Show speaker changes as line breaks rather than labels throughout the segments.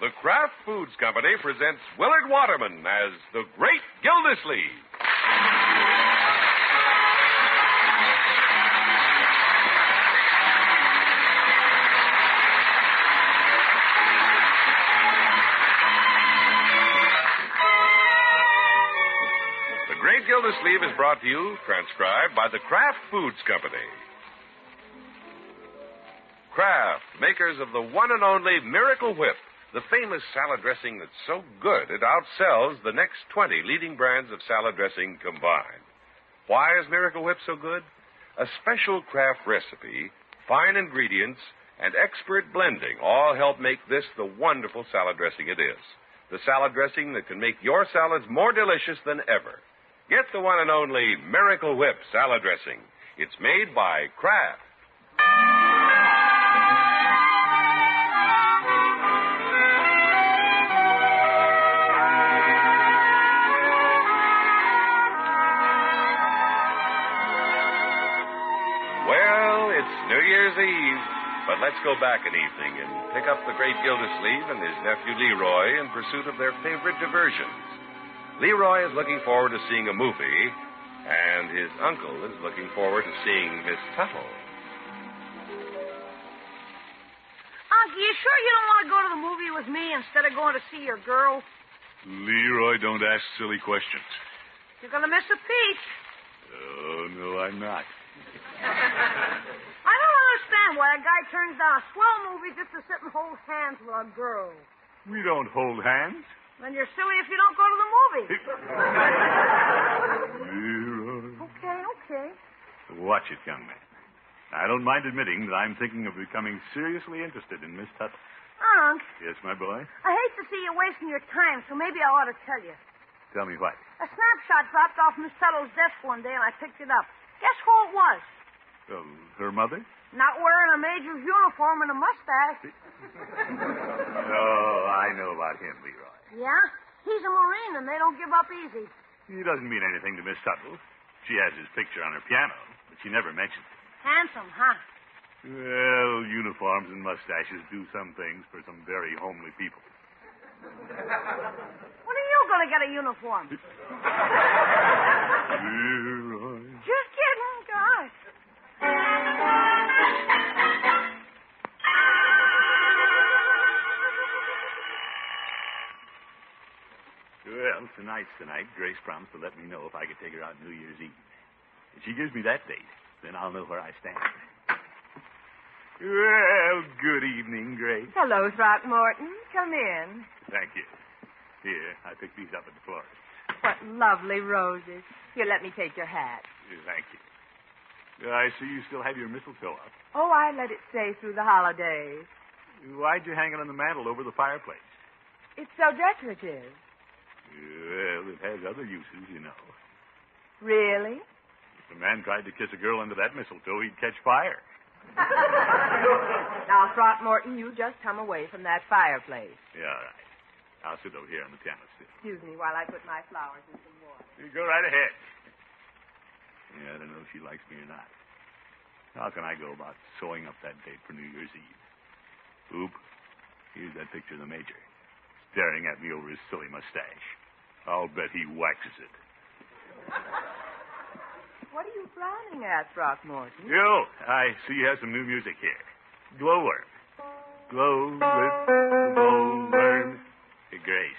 The Kraft Foods Company presents Willard Waterman as the Great Gildersleeve. The Great Gildersleeve is brought to you, transcribed by the Kraft Foods Company. Kraft, makers of the one and only Miracle Whip, the famous salad dressing that's so good it outsells the next 20 leading brands of salad dressing combined. Why is Miracle Whip so good? A special Kraft recipe, fine ingredients, and expert blending all help make this the wonderful salad dressing it is. The salad dressing that can make your salads more delicious than ever. Get the one and only Miracle Whip salad dressing. It's made by Kraft. Well, it's New Year's Eve, but let's go back an evening and pick up the great Gildersleeve and his nephew Leroy in pursuit of their favorite diversions. Leroy is looking forward to seeing a movie, and his uncle is looking forward to seeing Miss Tuttle.
Uncle, you sure you don't want to go to the movie with me instead of going to see your girl?
Leroy, don't ask silly questions.
You're going to miss a peach.
Oh, no, I'm not.
I don't understand why a guy turns down a swell movie just to sit and hold hands with a girl.
We don't hold hands.
Then you're silly if you don't go to the movie.
Leroy.
Okay, okay.
Watch it, young man. I don't mind admitting that I'm thinking of becoming seriously interested in Miss Tuttle.
Unc,
Yes, my boy?
I hate to see you wasting your time, so maybe I ought to tell you.
Tell me what.
A snapshot dropped off Miss Tuttle's desk one day, and I picked it up. Guess who it was?
Um, her mother?
Not wearing a major's uniform and a mustache.
Oh, I know about him, Leroy.
Yeah? He's a Marine, and they don't give up easy.
He doesn't mean anything to Miss Tuttle. She has his picture on her piano, but she never mentions it.
Handsome, huh?
Well, uniforms and mustaches do some things for some very homely people.
When are you going to get a uniform?
Leroy.
Just kidding, gosh.
Well, tonight's tonight. Grace promised to let me know if I could take her out New Year's Eve. If she gives me that date, then I'll know where I stand. Well, good evening, Grace.
Hello, Throckmorton. Come in.
Thank you. Here, I picked these up at the florist.
What lovely roses. Here, let me take your hat.
Thank you. I see you still have your mistletoe up.
Oh, I let it stay through the holidays.
Why'd you hang it on the mantel over the fireplace?
It's so decorative.
Well, it has other uses, you know.
Really?
If a man tried to kiss a girl under that mistletoe, he'd catch fire.
Now, Throckmorton, you just come away from that fireplace.
Yeah, all right. I'll sit over here on the piano still.
Excuse me while I put my flowers in some water.
You go right ahead. Yeah, I don't know if she likes me or not. How can I go about sewing up that date for New Year's Eve? Oop. Here's that picture of the Major, staring at me over his silly mustache. I'll bet he waxes it.
What are you frowning at, Throckmorton?
Yo, I see you have some new music here. Glowworm. Glowworm. Glowworm. Hey, Grace,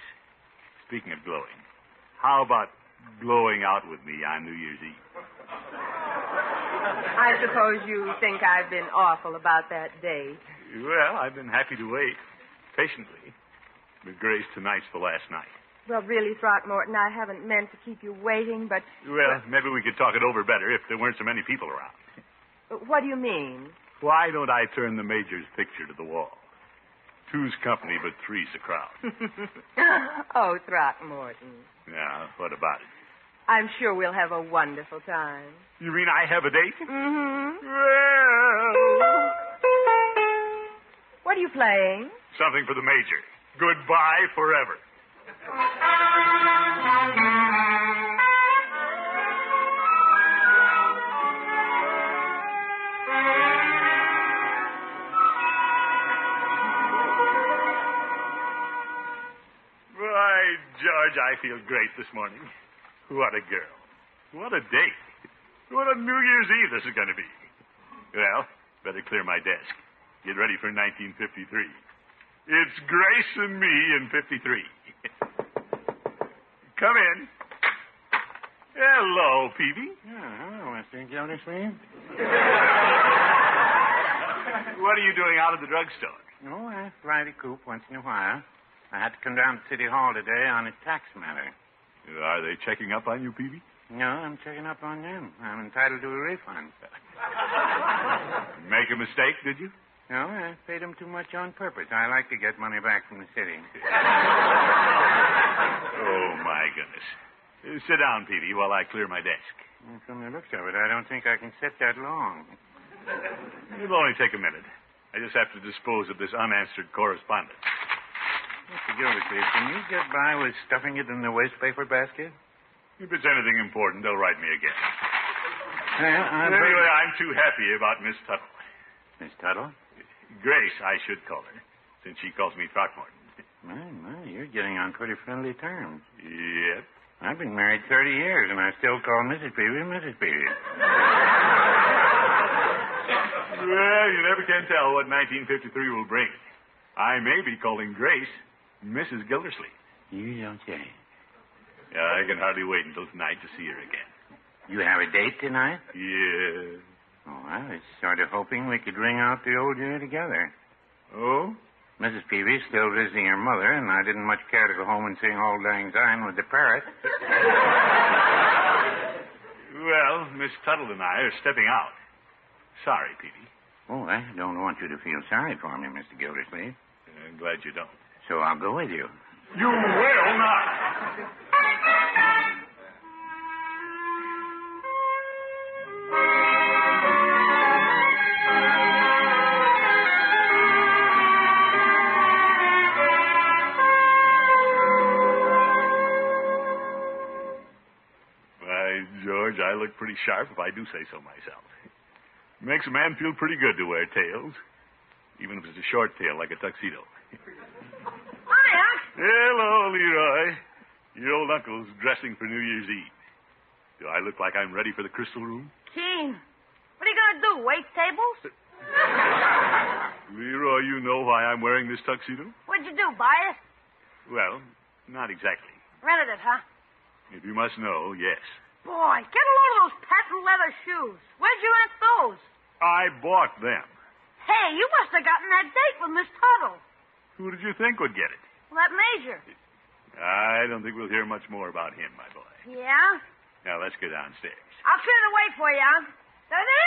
speaking of glowing, how about glowing out with me on New Year's Eve?
I suppose you think I've been awful about that date.
Well, I've been happy to wait patiently. But Grace, tonight's the last night.
Well, really, Throckmorton, I haven't meant to keep you waiting, but
Well, Eh, maybe we could talk it over better if there weren't so many people around.
what do you mean?
Why don't I turn the major's picture to the wall? Two's company, but three's the crowd.
oh, Throckmorton.
now, what about it?
I'm sure we'll have a wonderful time.
You mean I have a date?
Mm-hmm.
Well,
What are you playing?
something for the major. Goodbye forever. George, I feel great this morning. What a girl. What a date. What a New Year's Eve this is going to be. Well, better clear my desk. Get ready for 1953. It's Grace and me in 53. Come in. Hello, Peavy.
Hello, Mr. Gildersleeve.
What are you doing out of the drugstore?
Oh, I ride a coupe once in a while. I had to come down to City Hall today on a tax matter.
Are they checking up on you, Peavy?
No, I'm checking up on them. I'm entitled to a refund.
Make a mistake, did you?
No, I paid them too much on purpose. I like to get money back from the city.
Oh, my goodness. Uh, sit down, Peavy, while I clear my desk.
And From the looks of it, I don't think I can sit that long.
It'll only take a minute. I just have to dispose of this unanswered correspondence.
Mr. Gildersleeve, can you get by with stuffing it in the waste paper basket?
If it's anything important, they'll write me again.
Well, I'm
Anyway, I'm too happy about Miss Tuttle.
Miss Tuttle?
Grace, I should call her, since she calls me Throckmorton.
My, my, you're getting on pretty friendly terms.
Yep.
I've been married 30 years, and I still call Mrs. Peavy Mrs. Peavy.
Well, you never can tell what 1953 will bring. I may be calling Grace Mrs. Gildersleeve.
You don't say.
Yeah, I can hardly wait until tonight to see her again.
You have a date tonight?
Yeah.
Oh, I was sort of hoping we could ring out the old year together.
Oh?
Mrs. Peavy's still visiting her mother, and I didn't much care to go home and sing Old Lang Syne with the parrot.
Well, Miss Tuttle and I are stepping out. Sorry, Peavy.
Oh, I don't want you to feel sorry for me, Mr. Gildersleeve.
I'm glad you don't.
So I'll go with you.
You will not. Why, George, I look pretty sharp if I do say so myself. Makes a man feel pretty good to wear tails, even if it's a short tail like a tuxedo.
Hi, Unc.
Hello, Leroy. Your old uncle's dressing for New Year's Eve. Do I look like I'm ready for the crystal room?
Gene, what are you going to do? Wait tables?
Leroy, you know why I'm wearing this tuxedo?
What'd you do, buy it?
Well, not exactly.
Rented it, huh?
If you must know, yes.
Boy, get a load of those patent leather shoes. Where'd you rent those?
I bought them.
Hey, you must have gotten that date with Miss Tuttle.
Who did you think would get it?
Well, that major.
I don't think we'll hear much more about him, my boy.
Yeah?
Now, let's go downstairs.
I'll clear the way for you, Unc. Da-da-da,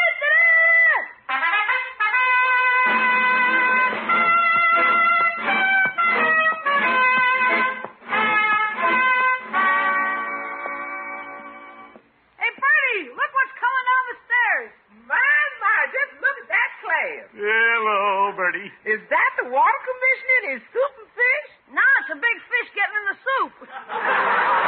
da-da! Hey, Bertie, look what's coming down the stairs.
My, my, just look at that cloud.
Hello, Bertie.
Is that the water commissioner and his soup and fish?
No, it's a big fish getting in the soup.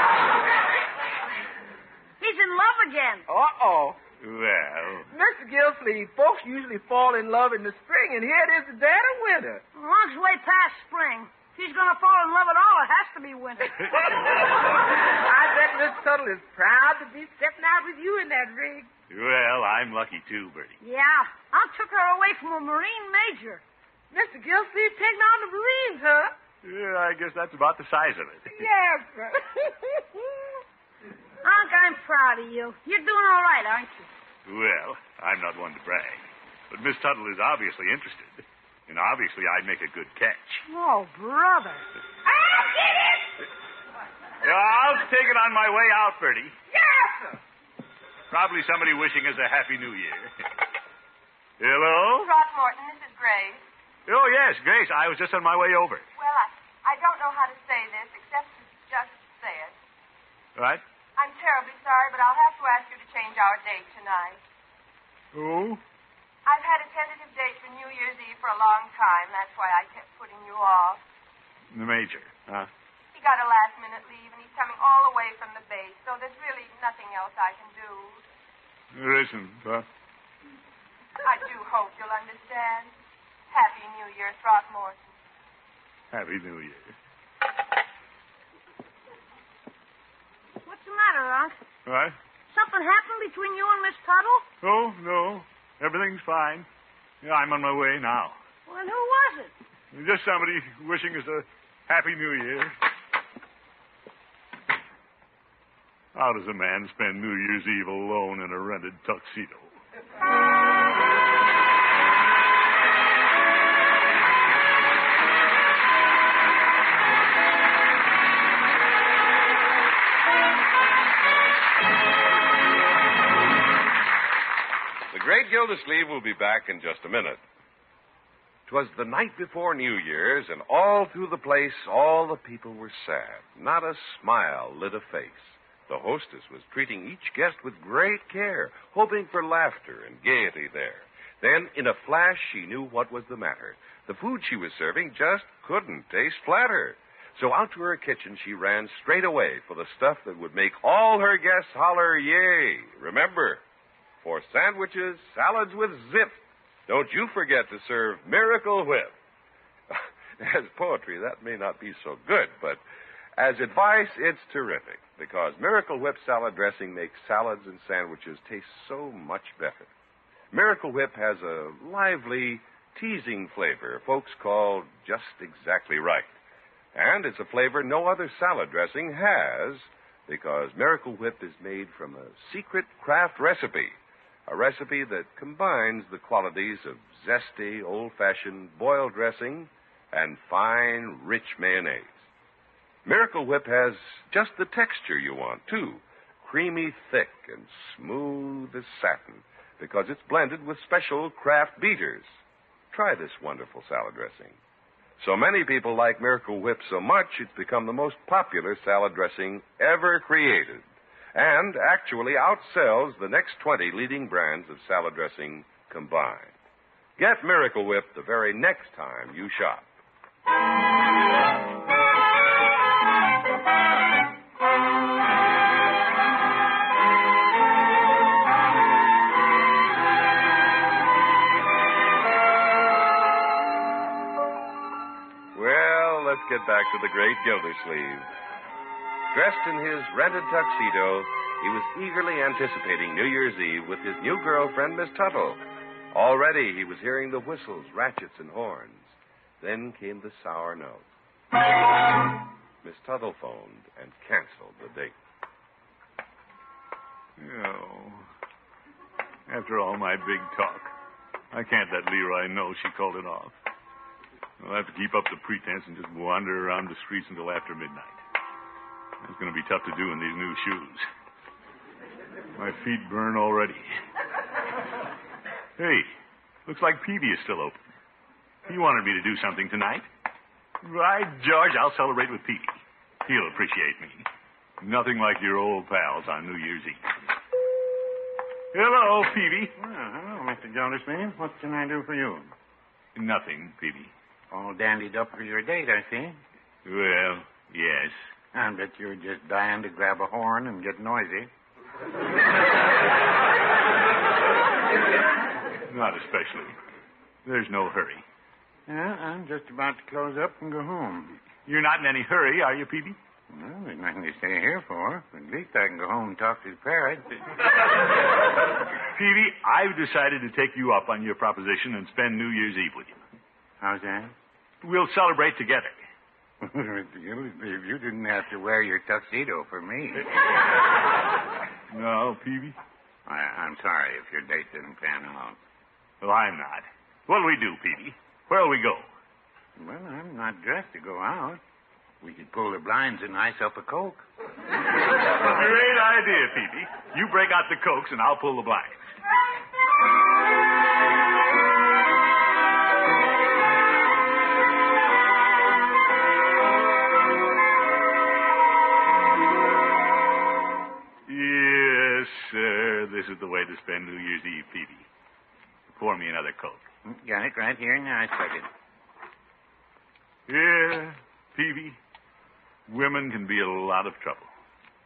He's in love again.
Uh-oh.
Well,
Mr. Gilfleet, folks usually fall in love in the spring, and here it is the dead of winter.
Long's way past spring. If he's going to fall in love at all, it has to be winter.
I bet Miss Tuttle is proud to be stepping out with you in that rig.
well, I'm lucky too, Bertie.
yeah, I took her away from a Marine major.
Mr. Gilfleet taking on the Marines, huh?
Yeah, I guess that's about the size of it.
Yes, sir.
Unc, I'm proud of you. You're doing all right, aren't you?
Well, I'm not one to brag, but Miss Tuttle is obviously interested, and obviously I'd make a good catch.
Oh, brother.
I did it!
Yeah, I'll take it on my way out, Bertie.
Yes, sir.
Probably somebody wishing us a happy new year. Hello?
Throckmorton, this is Grace.
Oh, yes, Grace. I was just on my way over.
Well, I, I don't know how to say this except to just say it.
Right?
I'm terribly sorry, but I'll have to ask you to change our date tonight.
Who?
I've had a tentative date for New Year's Eve for a long time. That's why I kept putting you off.
The Major. Huh?
He got a last minute leave, and he's coming all the way from the base, so there's really nothing else I can do.
There isn't, huh?
I do hope you'll understand. Happy New Year, Throckmorton.
Happy New Year. What?
Something happened between you and Miss Tuttle?
Oh, no. Everything's fine. Yeah, I'm on my way now.
Well, then who was it?
Just somebody wishing us a happy new year. How does a man spend New Year's Eve alone in a rented tuxedo?
The great Gildersleeve will be back in just a minute. 'Twas the night before New Year's, and all through the place, all the people were sad. Not a smile lit a face. The hostess was treating each guest with great care, hoping for laughter and gaiety there. Then, in a flash, she knew what was the matter. The food she was serving just couldn't taste flatter. So out to her kitchen she ran straight away for the stuff that would make all her guests holler, yay! Remember, for sandwiches, salads with zip. Don't you forget to serve Miracle Whip. As poetry, that may not be so good, but as advice, it's terrific because Miracle Whip salad dressing makes salads and sandwiches taste so much better. Miracle Whip has a lively, teasing flavor folks call just exactly right. And it's a flavor no other salad dressing has because Miracle Whip is made from a secret craft recipe, a recipe that combines the qualities of zesty, old fashioned boiled dressing and fine, rich mayonnaise. Miracle Whip has just the texture you want, too creamy, thick, and smooth as satin because it's blended with special craft beaters. Try this wonderful salad dressing. So many people like Miracle Whip so much, it's become the most popular salad dressing ever created. And actually outsells the next 20 leading brands of salad dressing combined. Get Miracle Whip the very next time you shop. Well, let's get back to the great Gildersleeve. Dressed in his rented tuxedo, he was eagerly anticipating New Year's Eve with his new girlfriend, Miss Tuttle. Already he was hearing the whistles, ratchets, and horns. Then came the sour note. Miss Tuttle phoned and canceled the date.
Oh. After all my big talk, I can't let Leroy know she called it off. I'll have to keep up the pretense and just wander around the streets until after midnight. That's going to be tough to do in these new shoes. My feet burn already. Hey, looks like Peavy is still open. He wanted me to do something tonight. Right, George, I'll celebrate with Peavy. He'll appreciate me. Nothing like your old pals on New Year's Eve. Hello, Peavy.
Well, hello, Mr. Gildersleeve. What can I do for you?
Nothing, Peavy.
All dandied up for your date, I see.
Well, yes.
I bet you're just dying to grab a horn and get noisy.
Not especially. There's no hurry.
Yeah, I'm just about to close up and go home.
You're not in any hurry, are you, Peavy?
Well, there's nothing to stay here for. At least I can go home and talk to the parrot.
Peavy, I've decided to take you up on your proposition and spend New Year's Eve with you.
How's that?
We'll celebrate together.
Mr. Gildersleeve, you didn't have to wear your tuxedo for me.
No, Peavy?
I, I'm sorry if your date didn't pan out.
Well, I'm not. What'll we do, Peavy? Where'll we go?
Well, I'm not dressed to go out. We could pull the blinds and ice up a coke.
Great idea, Peavy. You break out the cokes and I'll pull the blinds. Yes, sir. This is the way to spend New Year's Eve, Peavy. Pour me another coke.
Hmm, Got it right here in the ice bucket.
Yeah, Peavy. Women can be a lot of trouble.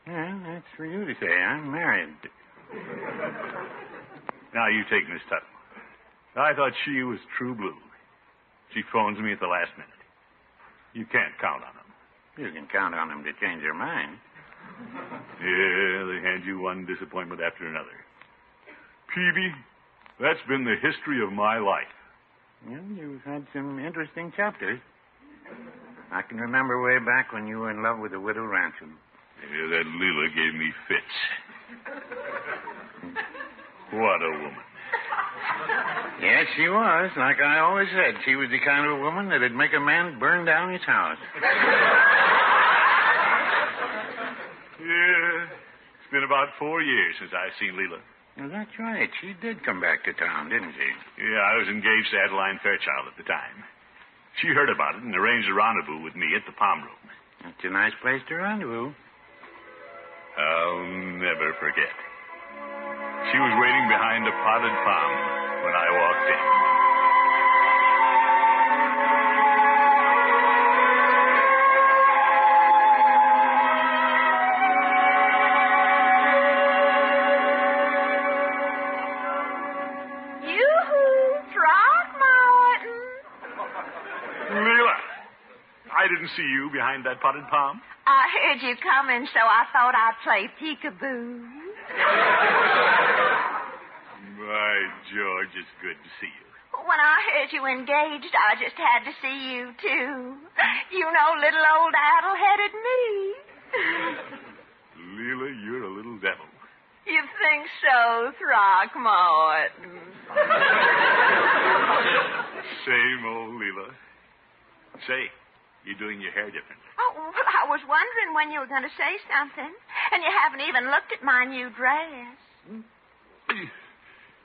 Well, that's for you to say. I'm married.
Now you take Miss Tuttle. I thought she was true blue. She phones me at the last minute. You can't count on them.
You can count on them to change their mind.
Yeah, they hand you one disappointment after another. Peavy, that's been the history of my life.
Well, you've had some interesting chapters. I can remember way back when you were in love with the widow Ransom.
Yeah, that Leela gave me fits. what a woman.
Yes, she was. Like I always said, she was the kind of a woman that'd make a man burn down his house.
Yeah, it's been about four years since I've seen Leela.
Well, that's right. She did come back to town, didn't she?
Yeah, I was engaged to Adeline Fairchild at the time. She heard about it and arranged a rendezvous with me at the Palm Room.
That's a nice place to rendezvous.
I'll never forget. She was waiting behind a potted palm when I walked in.
Yoo-hoo, Throckmorton.
Leela, I didn't see you behind that potted palm.
I heard you coming, so I thought I'd play peekaboo.
By George, it's good to see you.
When I heard you engaged, I just had to see you, too. You know, little old addle headed me.
Leela, you're a little devil.
You think so, Throckmorton?
Same old Leela. Say, you're doing your hair different.
Oh, well, I was wondering when you were going to say something, and you haven't even looked at my new dress.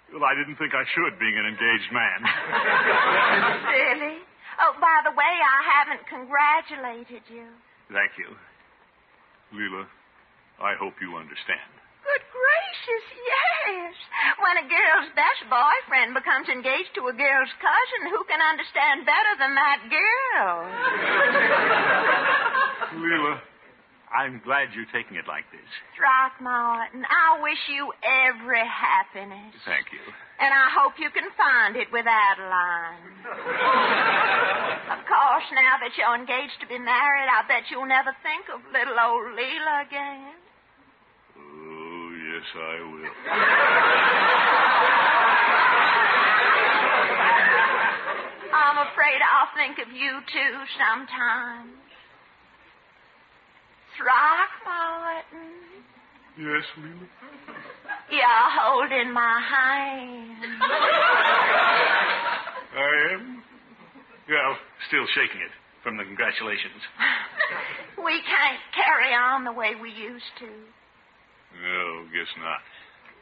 Well, I didn't think I should, being an engaged man.
Really? Oh, by the way, I haven't congratulated you.
Thank you. Leela, I hope you understand.
Good gracious, yes. When a girl's best boyfriend becomes engaged to a girl's cousin, who can understand better than that girl?
Leela, I'm glad you're taking it like this.
Throckmorton, I wish you every happiness.
Thank you.
And I hope you can find it with Adeline. of course, now that you're engaged to be married, I bet you'll never think of little old Leela again.
Oh, yes, I will.
I'm afraid I'll think of you too sometimes. Throckmorton,
Yes, Leela?
you're holding my hand.
I am. Well, still shaking it from the congratulations.
We can't carry on the way we used to.
No, guess not.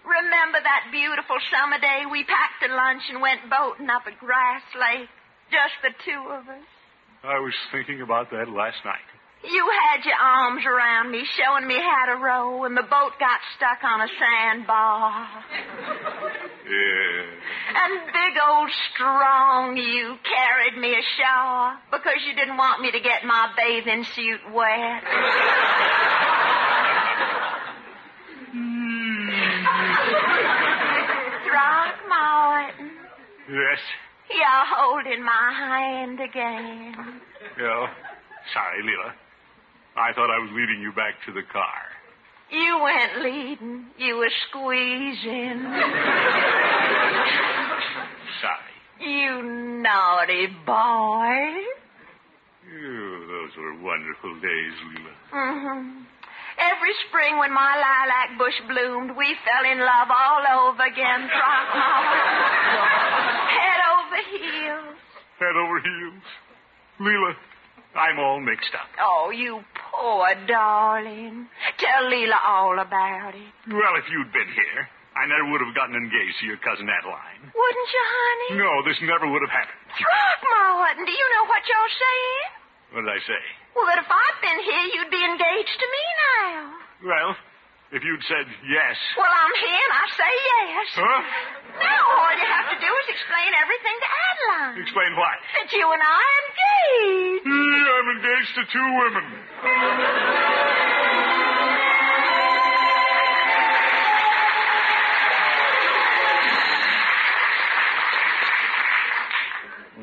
Remember that beautiful summer day we packed a lunch and went boating up at Grass Lake? Just the two of us.
I was thinking about that last night.
You had your arms around me, showing me how to row, and the boat got stuck on a sandbar.
Yeah.
And big old strong you carried me ashore because you didn't want me to get my bathing suit wet. Throckmorton,
Yes.
you're holding my hand again.
Well, sorry, Leela. I thought I was leading you back to the car.
You weren't leading, you were squeezing.
Sorry.
You naughty boy.
Ew, those were wonderful days, Leela.
hmm Every spring when my lilac bush bloomed, we fell in love all over again, Throckmorton. Head over heels.
Head over heels. Leela, I'm all mixed up.
Oh, you poor darling. Tell Leela all about it.
Well, if you'd been here, I never would have gotten engaged to your cousin Adeline.
Wouldn't you, honey?
No, this never would have happened.
Throckmorton, do you know what you're saying?
What did I say?
Well, that if I'd been here, you'd be engaged to me now.
Well, if you'd said yes.
Well, I'm here and I say yes.
Huh?
Now all you have to do is explain everything to Adeline.
Explain why.
That you and I are engaged.
Yeah, I'm engaged to two women.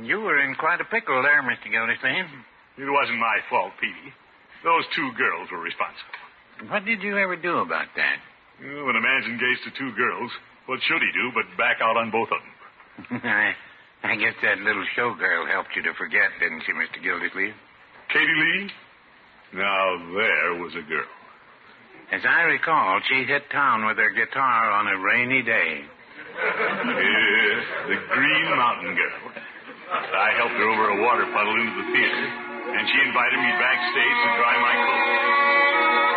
You were in quite a pickle there, Mr. Gildersleeve.
It wasn't my fault, Petey. Those two girls were responsible.
What did you ever do about that?
Well, when a man's engaged to two girls, what should he do but back out on both of them?
I, I guess that little showgirl helped you to forget, didn't she, Mr. Gildersleeve?
Katie Lee? Now, there was a girl.
As I recall, she hit town with her guitar on a rainy day.
Yeah, the Green Mountain Girl. I helped her over a water puddle into the theater, and she invited me backstage to dry my coat.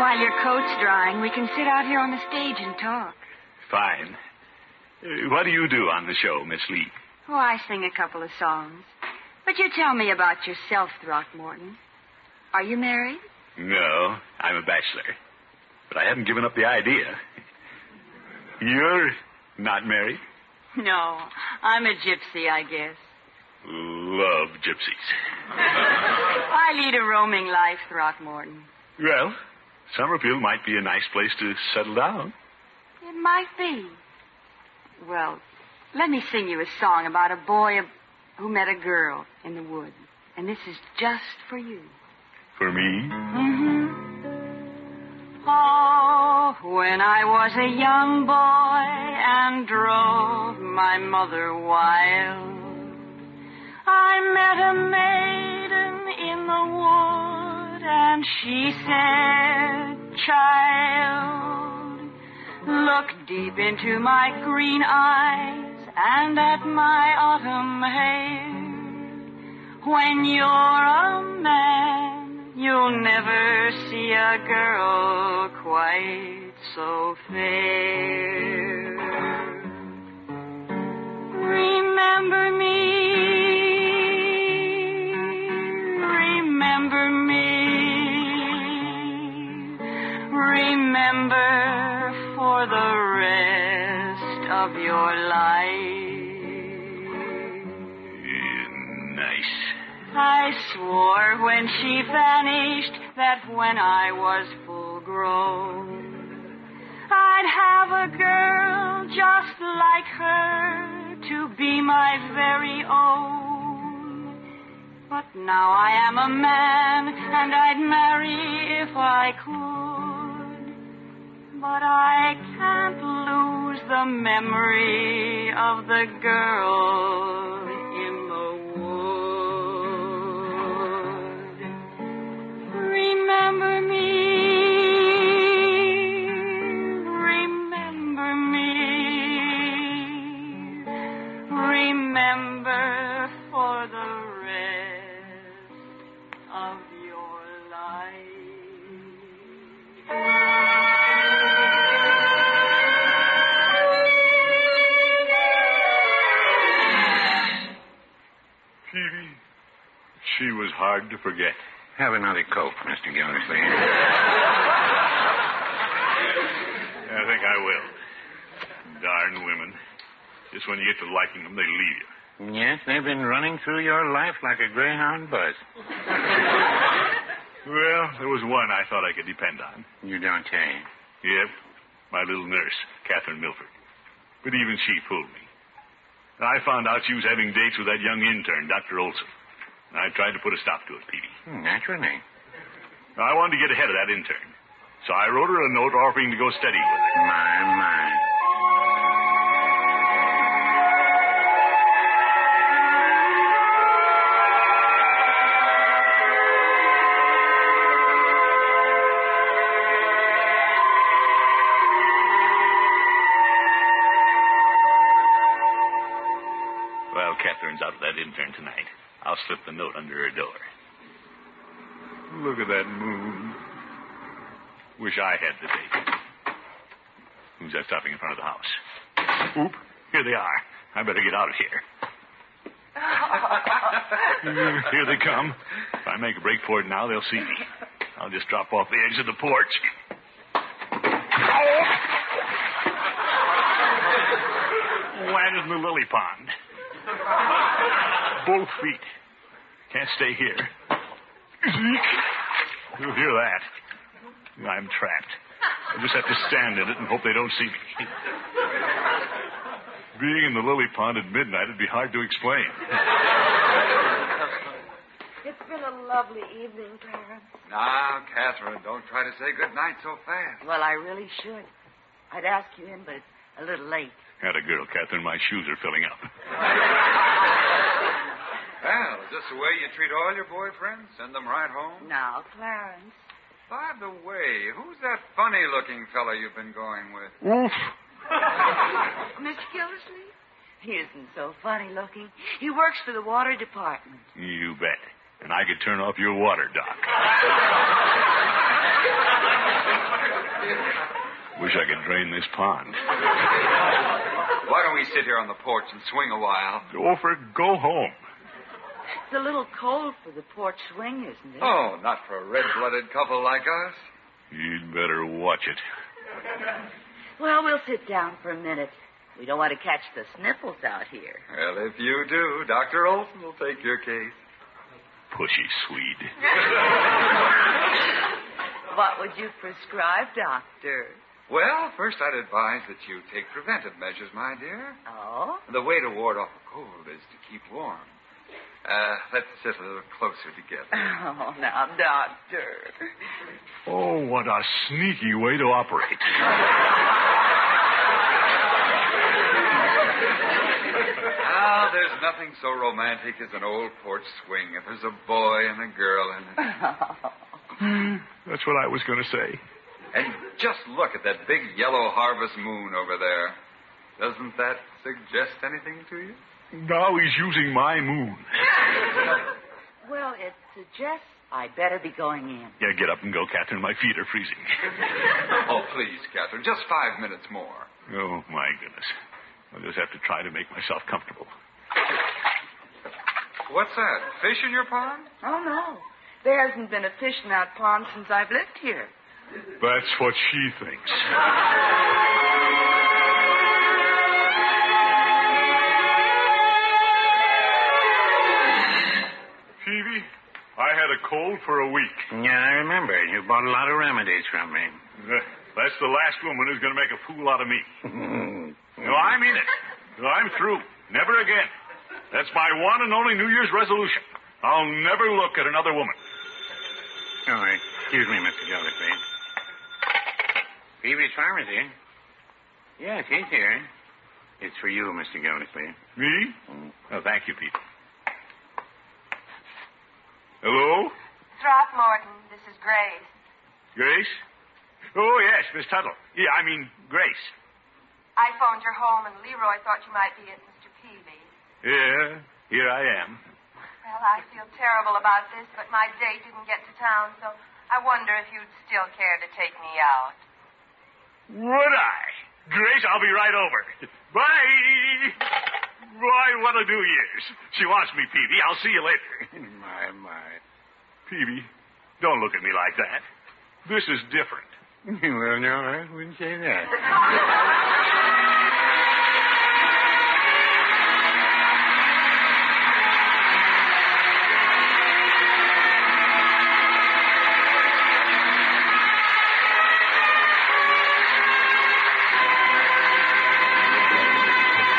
While your coat's drying, we can sit out here on the stage and talk.
Fine. Uh, What do you do on the show, Miss Lee?
Oh, I sing a couple of songs. But you tell me about yourself, Throckmorton. Are you married?
No, I'm a bachelor. But I haven't given up the idea. You're not married?
No, I'm a gypsy, I guess.
Love gypsies.
I lead a roaming life, Throckmorton.
Well, Summerfield might be a nice place to settle down.
It might be. Well, let me sing you a song about a boy who met a girl in the wood. And this is just for you.
For me?
hmm Oh, when I was a young boy and drove my mother wild, I met a maiden in the wood and she said, Child, look deep into my green eyes and at my autumn hair. When you're a man, you'll never see a girl quite so fair. Remember me, remember me, remember for the rest of your life.
Yeah, nice.
I swore when she vanished that when I was full grown, I'd have a girl just like her to be my very own. But now I am a man and I'd marry if I could. But I can't lose the memory of the girl in the wood. Remember me, remember me, remember for the rest of your life.
Phoebe, she was hard to forget.
Have another coke, Mr. Gildersleeve.
I think I will. Darn women. Just when you get to liking them, they leave you.
yes, they've been running through your life like a greyhound bus.
Well, there was one I thought I could depend on.
You don't say.
Yep, my little nurse, Catherine Milford. But even she fooled me. I found out she was having dates with that young intern, Dr. Olson. And I tried to put a stop to it, Petey.
Hmm, Naturally.
I wanted to get ahead of that intern. So I wrote her a note offering to go steady with her.
My, my.
Well, Catherine's out with that intern tonight. I'll slip the note under her door. Look at that moon. Wish I had the date. Who's that stopping in front of the house? Oop, here they are. I better get out of here. here they come. If I make a break for it now, they'll see me. I'll just drop off the edge of the porch. Landed in the lily pond. Both feet. Can't stay here. You'll hear that. I'm trapped. I just have to stand in it and hope they don't see me. Being in the lily pond at midnight, it'd be hard to explain.
It's been a lovely evening, Clarence.
Now, Catherine, don't try to say good night so fast.
Well, I really should. I'd ask you in, but it's a little late.
Had a girl, Catherine. My shoes are filling up.
Well, is this the way you treat all your boyfriends? Send them right home?
Now, Clarence.
By the way, who's that funny looking fellow you've been going with?
Wolf.
Miss Gildersleeve? He isn't so funny looking. He works for the water department.
You bet. And I could turn off your water, Doc. Wish I could drain this pond.
Why don't we sit here on the porch and swing a while?
Go Oh, for go home.
It's a little cold for the porch swing, isn't it?
Oh, not for a red blooded couple like us.
You'd better watch it.
Well, we'll sit down for a minute. We don't want to catch the sniffles out here.
Well, if you do, Dr. Olson will take your case.
Pushy Swede.
What would you prescribe, Doctor?
Well, first I'd advise that you take preventive measures, my dear.
Oh?
The way to ward off a cold is to keep warm. Uh, let's sit a little closer together.
Oh, now, Doctor.
Oh, what a sneaky way to operate.
Now, Ah, there's nothing so romantic as an old porch swing if there's a boy and a girl in it.
That's what I was going to say.
And just look at that big yellow harvest moon over there. Doesn't that suggest anything to you?
Now he's using my moon.
Well, it suggests I'd better be going in.
Yeah, get up and go, Catherine. My feet are freezing.
Oh, please, Catherine, just five minutes more.
Oh, my goodness. I'll just have to try to make myself comfortable.
What's that? Fish in your pond?
Oh, no. There hasn't been a fish in that pond since I've lived here.
That's what she thinks. Peavy, I had a cold for a week.
Yeah, I remember. You bought a lot of remedies from me.
Th- Uh, That's the last woman who's going to make a fool out of me. No, I mean it. No, I'm through. Never again. That's my one and only New Year's resolution. I'll never look at another woman.
All right. Excuse me, Mr. Gildersleeve. Phoebe's pharmacy. Yes, he's here. It's for you, Mr. Gildersleeve.
Me? Oh, thank you, Pete. Hello?
Throckmorton, this is Grace.
Grace? Oh, yes, Miss Tuttle. Yeah, I mean, Grace.
I phoned your home, and Leroy thought you might be at Mr. Peavy.
Yeah, here I am.
Well, I feel terrible about this, but my date didn't get to town, so I wonder if you'd still care to take me out.
Would I? Grace, I'll be right over. Bye! Boy, what a New Year's. She wants me, Peavy. I'll see you later.
My, my.
Peavy, don't look at me like that. This is different.
well, no, I wouldn't say that.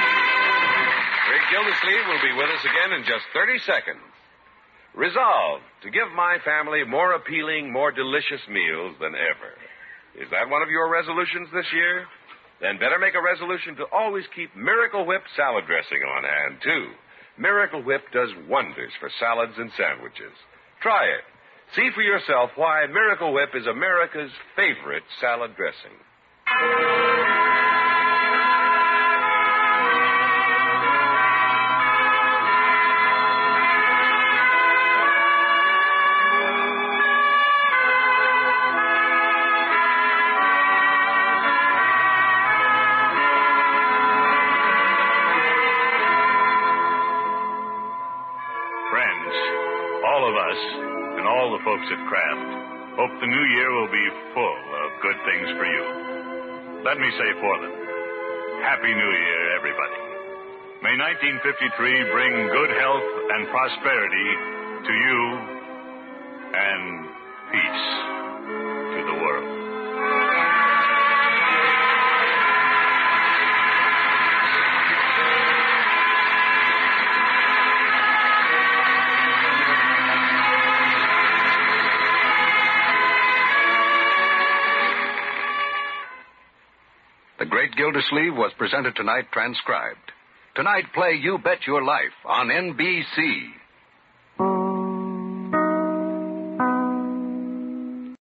Ray Gildersleeve will be with us again in just 30 seconds. Resolved to give my family more appealing, more delicious meals than ever. Is that one of your resolutions this year? Then better make a resolution to always keep Miracle Whip salad dressing on hand, too. Miracle Whip does wonders for salads and sandwiches. Try it. See for yourself why Miracle Whip is America's favorite salad dressing.
Friends, all of us and all the folks at Kraft hope the new year will be full of good things for you. Let me say for them, Happy New Year, everybody. May 1953 bring good health and prosperity to you and peace to the world.
The Great Gildersleeve was presented tonight transcribed. Tonight play You Bet Your Life on NBC.